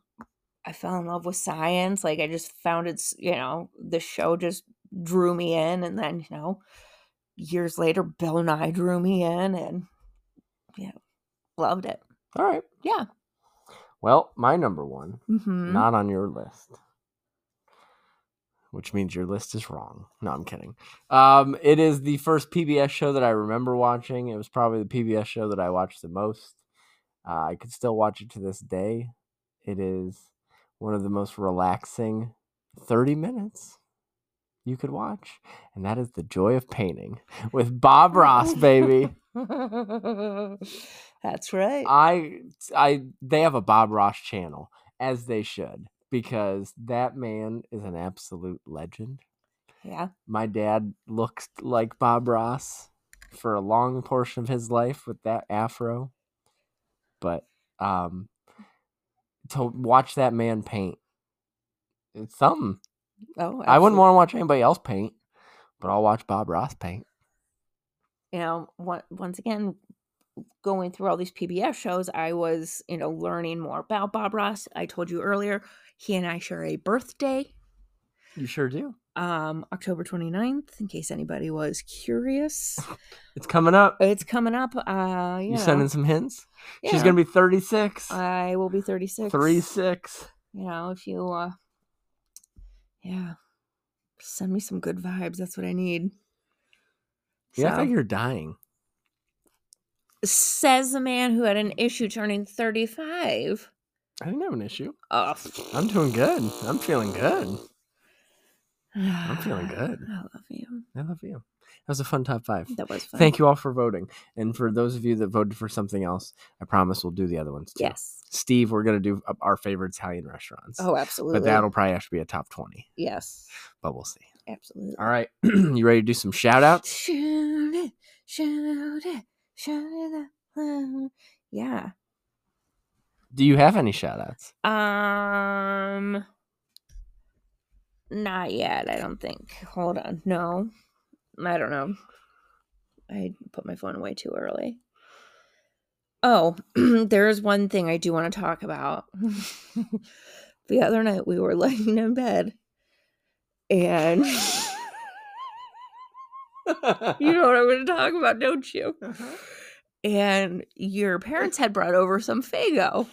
Speaker 2: I fell in love with science. Like I just found it's, you know, the show just drew me in and then, you know, years later Bill Nye drew me in and yeah, loved it.
Speaker 1: All right.
Speaker 2: Yeah.
Speaker 1: Well, my number one,
Speaker 2: Mhm.
Speaker 1: not on your list, which means your list is wrong. No, I'm kidding. Um, it is the first PBS show that I remember watching. It was probably the PBS show that I watched the most. Uh, I could still watch it to this day. It is one of the most relaxing 30 minutes you could watch, and that is The Joy of Painting with Bob Ross, baby.
Speaker 2: that's right.
Speaker 1: I I they have a Bob Ross channel as they should because that man is an absolute legend.
Speaker 2: yeah.
Speaker 1: My dad looked like Bob Ross for a long portion of his life with that afro. But um to watch that man paint it's something.
Speaker 2: Oh,
Speaker 1: I wouldn't
Speaker 2: absolutely.
Speaker 1: want to watch anybody else paint, but I'll watch Bob Ross paint.
Speaker 2: you know, on- once again, going through all these PBS shows, I was, you know, learning more about Bob Ross. I told you earlier, he and I share a birthday,
Speaker 1: You sure do.
Speaker 2: um, October 29th, in case anybody was curious.
Speaker 1: It's coming up.
Speaker 2: It's coming up. Uh, you
Speaker 1: You
Speaker 2: know,
Speaker 1: sending some hints? She's
Speaker 2: yeah,
Speaker 1: gonna be 36.
Speaker 2: I will be 36.
Speaker 1: Three six.
Speaker 2: You know, if you, uh, yeah, send me some good vibes. That's what I need.
Speaker 1: Yeah, I
Speaker 2: So-
Speaker 1: think you're dying.
Speaker 2: says the man who had an issue turning 35.
Speaker 1: I didn't have an issue.
Speaker 2: Oh,
Speaker 1: Uh, I'm doing good. I'm feeling good. I'm feeling good.
Speaker 2: I love you.
Speaker 1: I love you. That was a fun top five.
Speaker 2: That was fun.
Speaker 1: Thank you all for voting. And for those of you that voted for something else, I promise we'll do the other ones too.
Speaker 2: Yes.
Speaker 1: Steve, we're going to do up our favorite Italian restaurants.
Speaker 2: Oh, absolutely.
Speaker 1: but that'll probably have to be a top 20,
Speaker 2: Yes,
Speaker 1: but we'll see.
Speaker 2: absolutely.
Speaker 1: All right. you ready to do some shout outs?
Speaker 2: Shoot it, shoot it, shoot it. out. Yeah.
Speaker 1: Do you have any shout outs?
Speaker 2: Um. Not yet. I don't think. Hold on. No. I don't know. I put my phone away too early. Oh, there is one thing I do want to talk about. the other night we were laying in bed, and you know what I'm going to talk about, don't you?
Speaker 1: Uh-huh.
Speaker 2: And your parents had brought over some Fago.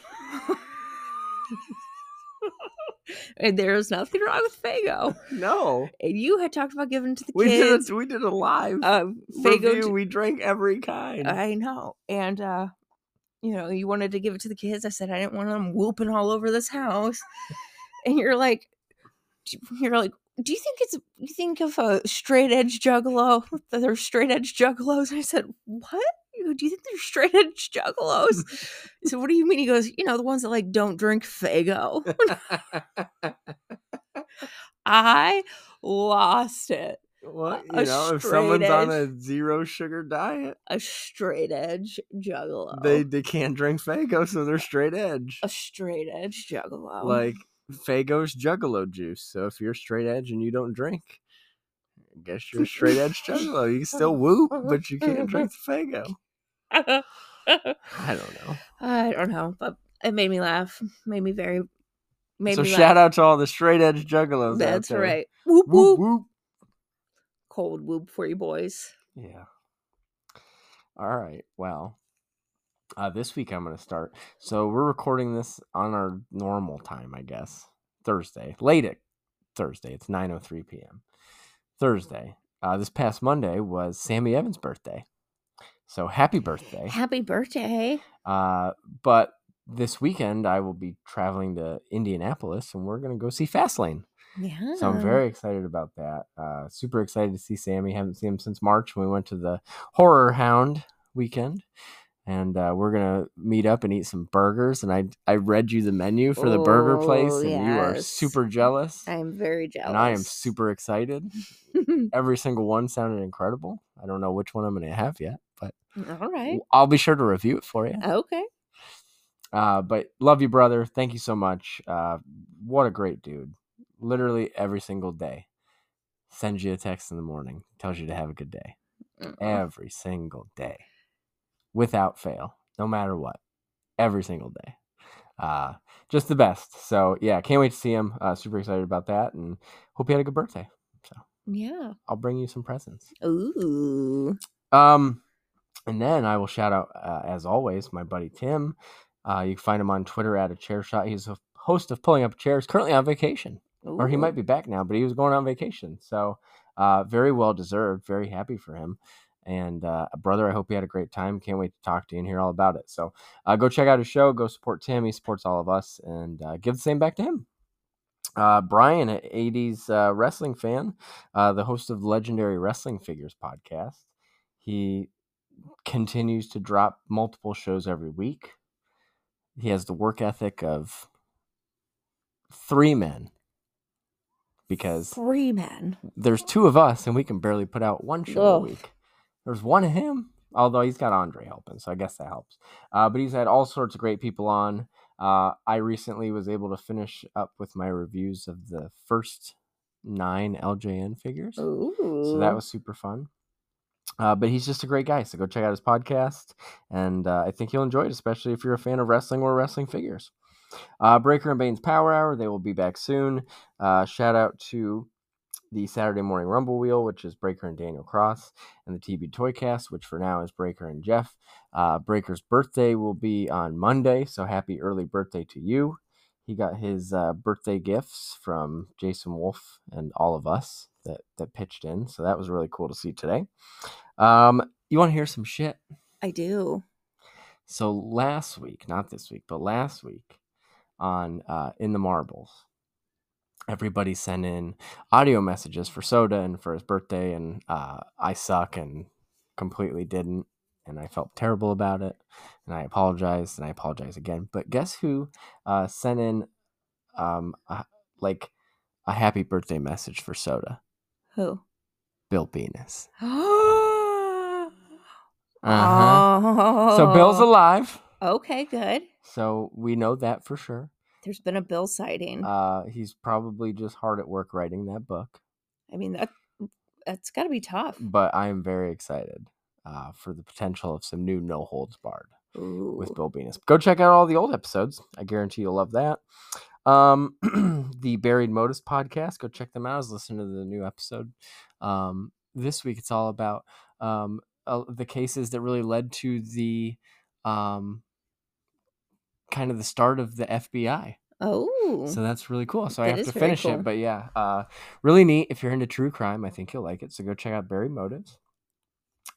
Speaker 2: and there's nothing wrong with Fago.
Speaker 1: no.
Speaker 2: And you had talked about giving to the
Speaker 1: We
Speaker 2: kids.
Speaker 1: did, a, we did a live
Speaker 2: uh, Faygo
Speaker 1: review.
Speaker 2: to-
Speaker 1: we drank every kind.
Speaker 2: I know. And, uh, you know, you wanted to give it to the kids. I said, I didn't want them whooping all over this house. and you're like, d- you're like, do you think it's, you think of a straight edge juggalo? That they're straight edge juggalos? And I said, what? You go, Do you think they're straight edge juggalos? He said, what do you mean? He goes, you know, the ones that like don't drink Fago. I lost it.
Speaker 1: What
Speaker 2: A
Speaker 1: you know, if someone's
Speaker 2: straight
Speaker 1: on
Speaker 2: edge-
Speaker 1: a zero sugar diet,
Speaker 2: A straight edge juggalo.
Speaker 1: they they can't drink Fago, so they're straight edge.
Speaker 2: a straight edge juggalo.
Speaker 1: Like Fago's Juggalo juice. So if you're straight edge and you don't drink, I guess you're a straight edge Juggalo. You can still whoop, but you can't drink the Fago. I don't know.
Speaker 2: I don't know, but it made me laugh. Made me very. Made
Speaker 1: so
Speaker 2: me
Speaker 1: shout
Speaker 2: laugh.
Speaker 1: out to all the straight edge Juggalos. out
Speaker 2: That's
Speaker 1: there.
Speaker 2: right. Whoop
Speaker 1: Whoop
Speaker 2: whoop.
Speaker 1: whoop.
Speaker 2: Cold whoop for you boys.
Speaker 1: Yeah. All right. Well, uh, this week I'm going to start. So we're recording this on our normal time, I guess. Thursday, late at Thursday. It's 9:03 p.m. Thursday. Uh, this past Monday was Sammy Evans' birthday. So happy birthday.
Speaker 2: Happy birthday.
Speaker 1: Uh, but this weekend I will be traveling to Indianapolis and we're going to go see Fastlane.
Speaker 2: Yeah.
Speaker 1: So I'm very excited about that. Uh, super excited to see Sammy. Haven't seen him since March when we went to the Horror Hound weekend. And uh, we're gonna meet up and eat some burgers. And I I read you the menu for the burger place,
Speaker 2: Oh,
Speaker 1: and you are
Speaker 2: yes.
Speaker 1: super jealous.
Speaker 2: I'm very jealous.
Speaker 1: and I am super excited. Every single one sounded incredible. I don't know which one I'm gonna have yet, but
Speaker 2: All right.
Speaker 1: I'll be sure to review it for you.
Speaker 2: Okay.
Speaker 1: Uh, but love you, brother. Thank you so much. Uh, what a great dude. Literally every single day sends you a text in the morning, tells you to have a good day. Every single day, without fail, no matter what. Every single day. Uh, just the best. So, yeah, can't wait to see him. Uh, super excited about that and hope you had a good birthday.
Speaker 2: Yeah.
Speaker 1: I'll bring you some presents.
Speaker 2: Ooh.
Speaker 1: Um, and then I will shout out, uh, as always, my buddy Tim. Uh, you can find him on Twitter at a chair shot. He's a host of Pulling Up Chairs, currently on vacation, or he
Speaker 2: Ooh.
Speaker 1: might be back now, but he was going on vacation. So, uh, very well deserved. Very happy for him. And uh, brother, I hope you had a great time. Can't wait to talk to you and hear all about it. So, uh, go check out his show. Go support Tim. He supports all of us, and uh, give the same back to him. Uh, Brian, an 80s uh, wrestling fan, uh, the host of Legendary Wrestling Figures podcast, he continues to drop multiple shows every week. He has the work ethic of three men because
Speaker 2: Three men.
Speaker 1: there's two of us and we can barely put out one show a
Speaker 2: Ugh.
Speaker 1: week. There's one of him, although he's got Andre helping, so I guess that helps. Uh, but he's had all sorts of great people on. Uh, I recently was able to finish up with my reviews of the first nine LJN figures.
Speaker 2: Ooh.
Speaker 1: So that was super fun. Uh, but he's just a great guy. So go check out his podcast. And uh, I think you'll enjoy it, especially if you're a fan of wrestling or wrestling figures. Uh, Breaker and Bane's Power Hour, they will be back soon. Uh, shout out to the Saturday Morning Rumble Wheel, which is Breaker and Daniel Cross, and the TB Toycast, which for now is Breaker and Jeff. Uh, Breaker's birthday will be on Monday, so happy early birthday to you. He got his uh, birthday gifts from Jason Wolf and all of us that, that pitched in, so that was really cool to see today. Um, you want to hear some shit?
Speaker 2: I do.
Speaker 1: So last week, not this week, but last week on uh, in the marbles, everybody sent in audio messages for Soda and for his birthday, and uh, I suck and completely didn't, and I felt terrible about it, and I apologized and I apologize again. But guess who uh, sent in um a, like a happy birthday message for Soda?
Speaker 2: Who?
Speaker 1: Bill Venus.
Speaker 2: Oh.
Speaker 1: Uh-huh. So Bill's alive.
Speaker 2: Okay, good.
Speaker 1: So we know that for sure.
Speaker 2: There's been a Bill sighting.
Speaker 1: Uh, he's probably just hard at work writing that book,
Speaker 2: I mean, that that's got to be tough.
Speaker 1: but I am very excited uh, for the potential of some new No Holds Barred
Speaker 2: Ooh.
Speaker 1: with Bill Venus. Go check out all the old episodes. I guarantee you'll love that. Um, the Buried Modus podcast. Go check them out. I was listening to the new episode. Um, this week it's all about um, uh, the cases that really led to the um, kind of the start of the FBI.
Speaker 2: oh.
Speaker 1: So that's really cool. So I
Speaker 2: That
Speaker 1: have
Speaker 2: is
Speaker 1: to
Speaker 2: very
Speaker 1: finish
Speaker 2: cool.
Speaker 1: it. But yeah, uh, really neat. If you're into true crime, I think you'll like it. So go check out Barry Motives.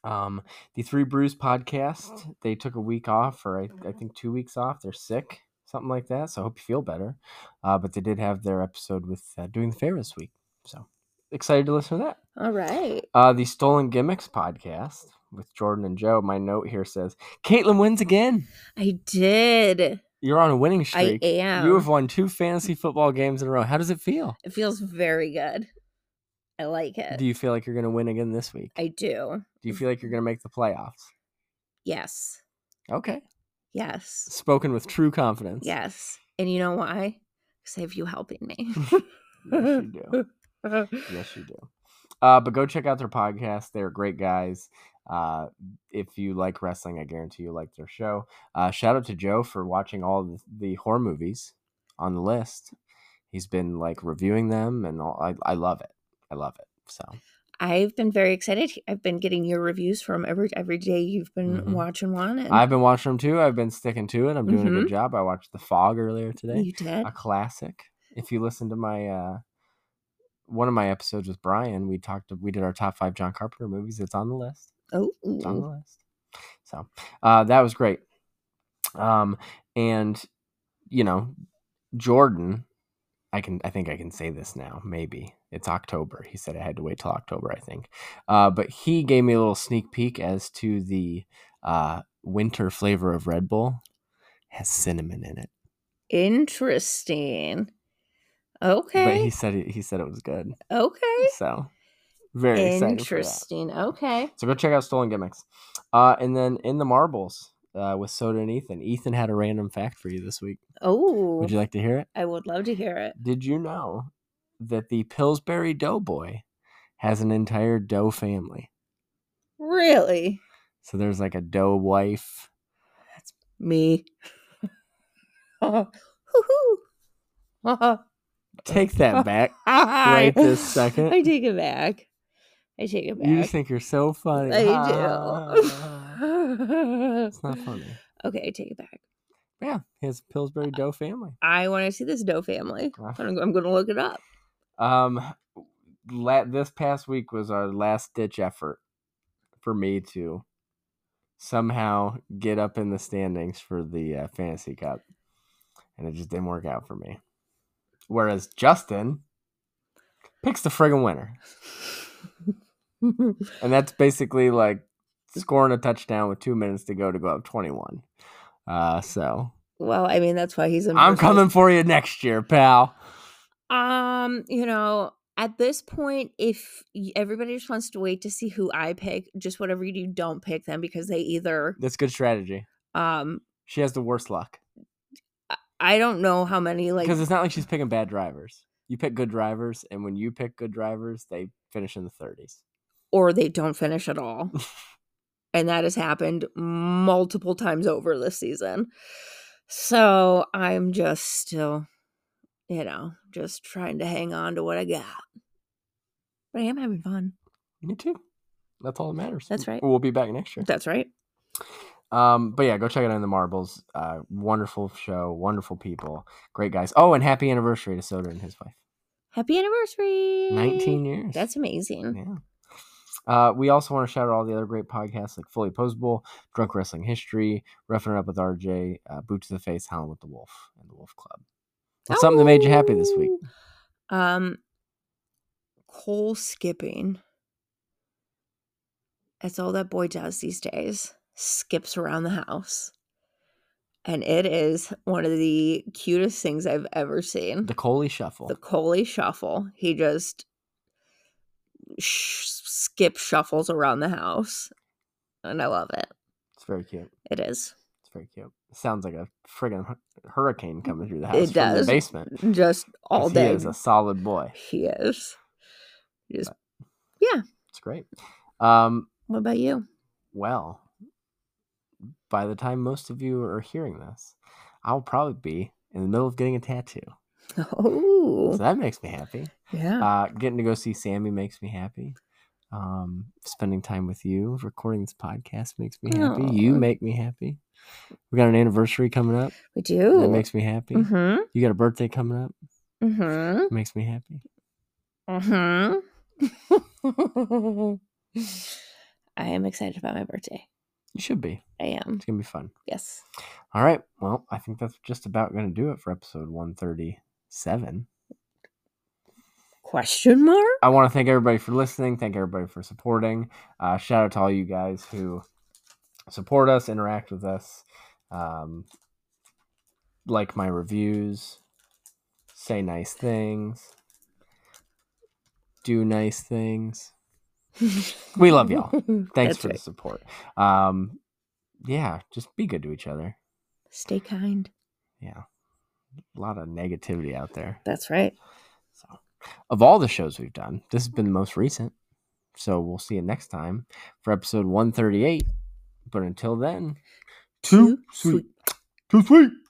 Speaker 1: Um, the Three Brews podcast, they took a week off, or I,
Speaker 2: Mm-hmm.
Speaker 1: I think two weeks off. They're sick, something like that. So I hope you feel better. Uh, but they did have their episode with uh, Doing the Fair this week. So excited to listen to that.
Speaker 2: All right.
Speaker 1: Uh, the Stolen Gimmicks podcast with Jordan and Joe. My note here says Caitlin wins again.
Speaker 2: I did.
Speaker 1: You're on a winning
Speaker 2: I
Speaker 1: streak.
Speaker 2: am.
Speaker 1: You have won two fantasy football games in a row. How does it feel?
Speaker 2: it feels very good. I like it.
Speaker 1: Do you feel like you're going to win again this week?
Speaker 2: I do.
Speaker 1: Do you feel like you're going to make the playoffs?
Speaker 2: Yes.
Speaker 1: Okay.
Speaker 2: Yes.
Speaker 1: Spoken with true confidence.
Speaker 2: Yes. And you know why? Because I have you helping me.
Speaker 1: Yes, you do. Yes, you do. Uh, but go check out their podcast. They're great guys. Uh, if you like wrestling, I guarantee you like their show. Uh, shout out to Joe for watching all the, the horror movies on the list. He's been like reviewing them, and all, I I love it. I love it. So
Speaker 2: I've been very excited. I've been getting your reviews from every every day you've been
Speaker 1: Mhm.
Speaker 2: watching one. And
Speaker 1: I've been watching them too. I've been sticking to it. I'm doing a good job. I watched The Fog earlier today.
Speaker 2: you did.
Speaker 1: a classic. If you listen to my uh one of my episodes with Brian, we talked we did our top five John Carpenter movies. It's on the list. It's on the
Speaker 2: Oh,
Speaker 1: list. So uh that was great. Um and you know, Jordan, I can I think I can say this now, maybe. It's October. He said I had to wait till October, I think. Uh but he gave me a little sneak peek as to the uh winter flavor of Red Bull has cinnamon in it.
Speaker 2: interesting.
Speaker 1: But
Speaker 2: Okay.
Speaker 1: he said it, he said it was good.
Speaker 2: Okay.
Speaker 1: So very excited for that.
Speaker 2: Interesting. Okay.
Speaker 1: So go check out Stolen Gimmicks. Uh, and then in the marbles uh, with Soda and Ethan. Ethan had a random fact for you this week.
Speaker 2: Oh,
Speaker 1: Would you like to hear it?
Speaker 2: I would love to hear it.
Speaker 1: Did you know that the Pillsbury Doughboy has an entire dough family?
Speaker 2: Really?
Speaker 1: So there's like a dough wife.
Speaker 2: Me. Hoo-hoo.
Speaker 1: Take that back.
Speaker 2: right
Speaker 1: this second.
Speaker 2: I take it back. I take it back.
Speaker 1: You just think you're so funny.
Speaker 2: I do.
Speaker 1: it's not funny.
Speaker 2: Okay, I take it back.
Speaker 1: Yeah, his Pillsbury Dough family.
Speaker 2: I want to see this dough family.
Speaker 1: Wow.
Speaker 2: I'm, I'm going to look it up.
Speaker 1: Um, la- this past week was our last ditch effort for me to somehow get up in the standings for the uh, fantasy cup, and it just didn't work out for me. Whereas Justin picks the friggin' winner, and that's basically like scoring a touchdown with two minutes to go to go up twenty-one. Uh, so
Speaker 2: well, I mean, that's why he's in.
Speaker 1: I'm
Speaker 2: first
Speaker 1: coming for you next year, pal.
Speaker 2: place. Um, you know, at this point, if y- everybody just wants to wait to see who I pick, just whatever you do, don't pick them because they either
Speaker 1: That's good strategy.
Speaker 2: um
Speaker 1: She has the worst luck
Speaker 2: I don't know how many like
Speaker 1: because it's not like she's picking bad drivers. You pick good drivers, and when you pick good drivers, they finish in the 30s.
Speaker 2: or they don't finish at all. and that has happened multiple times over this season. So I'm just still, you know, just trying to hang on to what I got. But I am having fun.
Speaker 1: Me too. That's all that matters.
Speaker 2: That's right.
Speaker 1: We'll be back next year.
Speaker 2: That's right.
Speaker 1: Um, but yeah, go check it out in the Marbles. Uh, wonderful show, wonderful people, great guys. Oh, and happy anniversary to Soder and his wife.
Speaker 2: Happy anniversary.
Speaker 1: 19 years.
Speaker 2: That's amazing.
Speaker 1: Yeah. Uh, we also want to shout out all the other great podcasts like Fully Posable, Drunk Wrestling History, Roughing It Up with RJ, uh, Boot to the Face, Howling with the Wolf, and the Wolf Club. What's something that made you happy this week?
Speaker 2: Oh. Um, Cole skipping. That's all that boy does these days. Skips around the house. And it is one of the cutest things I've ever seen.
Speaker 1: The Coley Shuffle.
Speaker 2: The Coley shuffle. He just sh- skip shuffles around the house. And I love it.
Speaker 1: It's very cute.
Speaker 2: It is.
Speaker 1: It's very cute. sounds like a friggin' hu- hurricane coming through the house from
Speaker 2: does.
Speaker 1: the basement.
Speaker 2: Just all
Speaker 1: 'Cause
Speaker 2: day.
Speaker 1: He is a solid boy.
Speaker 2: He is. Just,
Speaker 1: It's great. Um,
Speaker 2: what about you?
Speaker 1: well, by the time most of you are hearing this, I'll probably be in the middle of getting a tattoo. So
Speaker 2: Oh,
Speaker 1: that makes me happy.
Speaker 2: yeah.
Speaker 1: Uh, getting to go see Sammy makes me happy. Um, spending time with you, recording this podcast makes me happy. You
Speaker 2: Aw.
Speaker 1: make me happy. We got an anniversary coming up.
Speaker 2: we do.
Speaker 1: That makes me happy.
Speaker 2: Mm-hmm.
Speaker 1: You got a birthday coming up.
Speaker 2: Mm-hmm.
Speaker 1: Makes me happy.
Speaker 2: Mm-hmm. I am excited about my birthday.
Speaker 1: You should be.
Speaker 2: I am.
Speaker 1: It's gonna be fun.
Speaker 2: Yes.
Speaker 1: All right. Well, I think that's just about gonna do it for episode one thirty seven.
Speaker 2: Question mark?
Speaker 1: I want to thank everybody for listening. Thank everybody for supporting. Uh, shout out to all you guys who support us, interact with us, um, like my reviews, say nice things, do nice things. We love y'all. Thanks
Speaker 2: That's
Speaker 1: for the
Speaker 2: right.
Speaker 1: support. Um, yeah, just be good to each other.
Speaker 2: Stay kind.
Speaker 1: Yeah, a lot of negativity out there.
Speaker 2: That's right.
Speaker 1: So, of all the shows we've done, this has been the most recent. So we'll see you next time for episode 138. But until then,
Speaker 2: Too
Speaker 1: too sweet. Too sweet.